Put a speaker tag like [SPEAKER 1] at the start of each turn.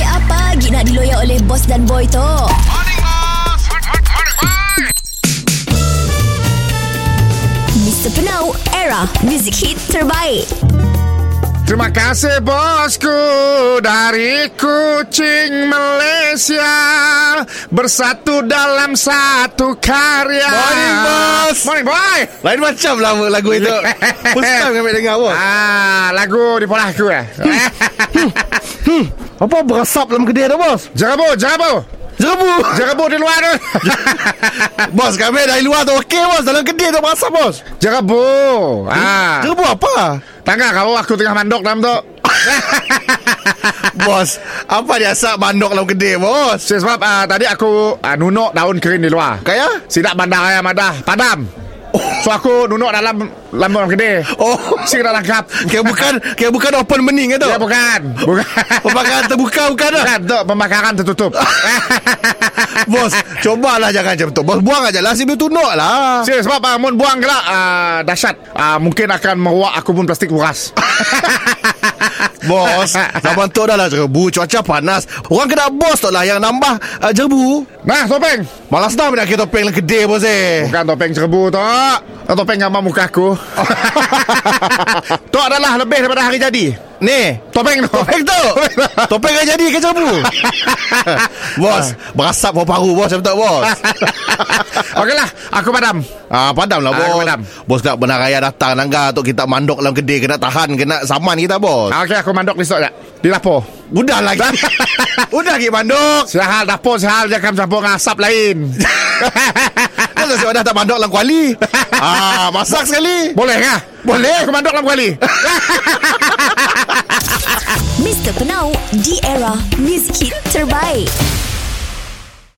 [SPEAKER 1] lagi nak diloyak oleh bos dan boy tu? Mr. Penau, era music hit terbaik.
[SPEAKER 2] Terima kasih bosku dari Kucing Malaysia bersatu dalam satu karya.
[SPEAKER 3] Morning, bos.
[SPEAKER 2] Morning boy.
[SPEAKER 3] Lain macam lah lagu itu First time kami dengar bos
[SPEAKER 2] Ah, lagu di pola aku eh.
[SPEAKER 3] Hmm. Apa berasap dalam kedai tu bos
[SPEAKER 2] Jerabu, jerabu.
[SPEAKER 3] Jerebu
[SPEAKER 2] Jerabu di luar tu.
[SPEAKER 3] Bos kami dari luar tu okey bos Dalam kedai tu berasap bos
[SPEAKER 2] Jerabu. Ah.
[SPEAKER 3] Jerebu apa
[SPEAKER 2] Tangga kau aku tengah mandok dalam tu.
[SPEAKER 3] Bos Apa dia asap bandok dalam kedai bos
[SPEAKER 2] Sebab ah, tadi aku ah, nunuk daun kering di luar.
[SPEAKER 3] Kaya
[SPEAKER 2] Sidak bandar ayam ada Padam So aku nunuk dalam Lambang gede
[SPEAKER 3] Oh
[SPEAKER 2] Sing dah lengkap
[SPEAKER 3] Kira bukan Kira bukan open bening ke tu
[SPEAKER 2] Ya bukan
[SPEAKER 3] Oh,
[SPEAKER 2] Bukan
[SPEAKER 3] Pembakaran terbuka bukan dah
[SPEAKER 2] Bukan tu Pembakaran tertutup
[SPEAKER 3] Bos Cobalah jangan macam tu Bos buang aja lah Sibir tunuk lah
[SPEAKER 2] Serius sebab uh, Mun buang gelak uh, Dahsyat uh, Mungkin akan meruak Aku pun plastik buras
[SPEAKER 3] Bos Zaman tu dah lah jerebu Cuaca panas Orang kena bos tu lah Yang nambah uh, jerebu
[SPEAKER 2] Nah topeng
[SPEAKER 3] Malas dah nak kira topeng dalam kedai bos eh
[SPEAKER 2] Bukan topeng cerbu tu Topeng gambar muka aku Tu adalah lebih daripada hari jadi
[SPEAKER 3] Ni
[SPEAKER 2] Topeng tu
[SPEAKER 3] Topeng tu Topeng yang jadi ke jambu Bos Berasap paru-paru bos Macam tak bos
[SPEAKER 2] Okeylah lah, Aku padam
[SPEAKER 3] Ah, padam
[SPEAKER 2] Ah,
[SPEAKER 3] lah bos
[SPEAKER 2] padam.
[SPEAKER 3] Bos nak benar raya datang Nangga untuk kita mandok dalam kedai Kena tahan Kena saman kita bos
[SPEAKER 2] Ah, Okey aku mandok ni sekejap Di dapur
[SPEAKER 3] Udah lagi Udah lagi mandok
[SPEAKER 2] Sehal dapur Sehal dia akan campur dengan asap lain
[SPEAKER 3] Kan tak sebab dah tak mandok dalam kuali Ah, masak sekali
[SPEAKER 2] Boleh kah? Boleh Aku mandok lah dalam kuali
[SPEAKER 1] Mr. Penau, di era music hit terbaik.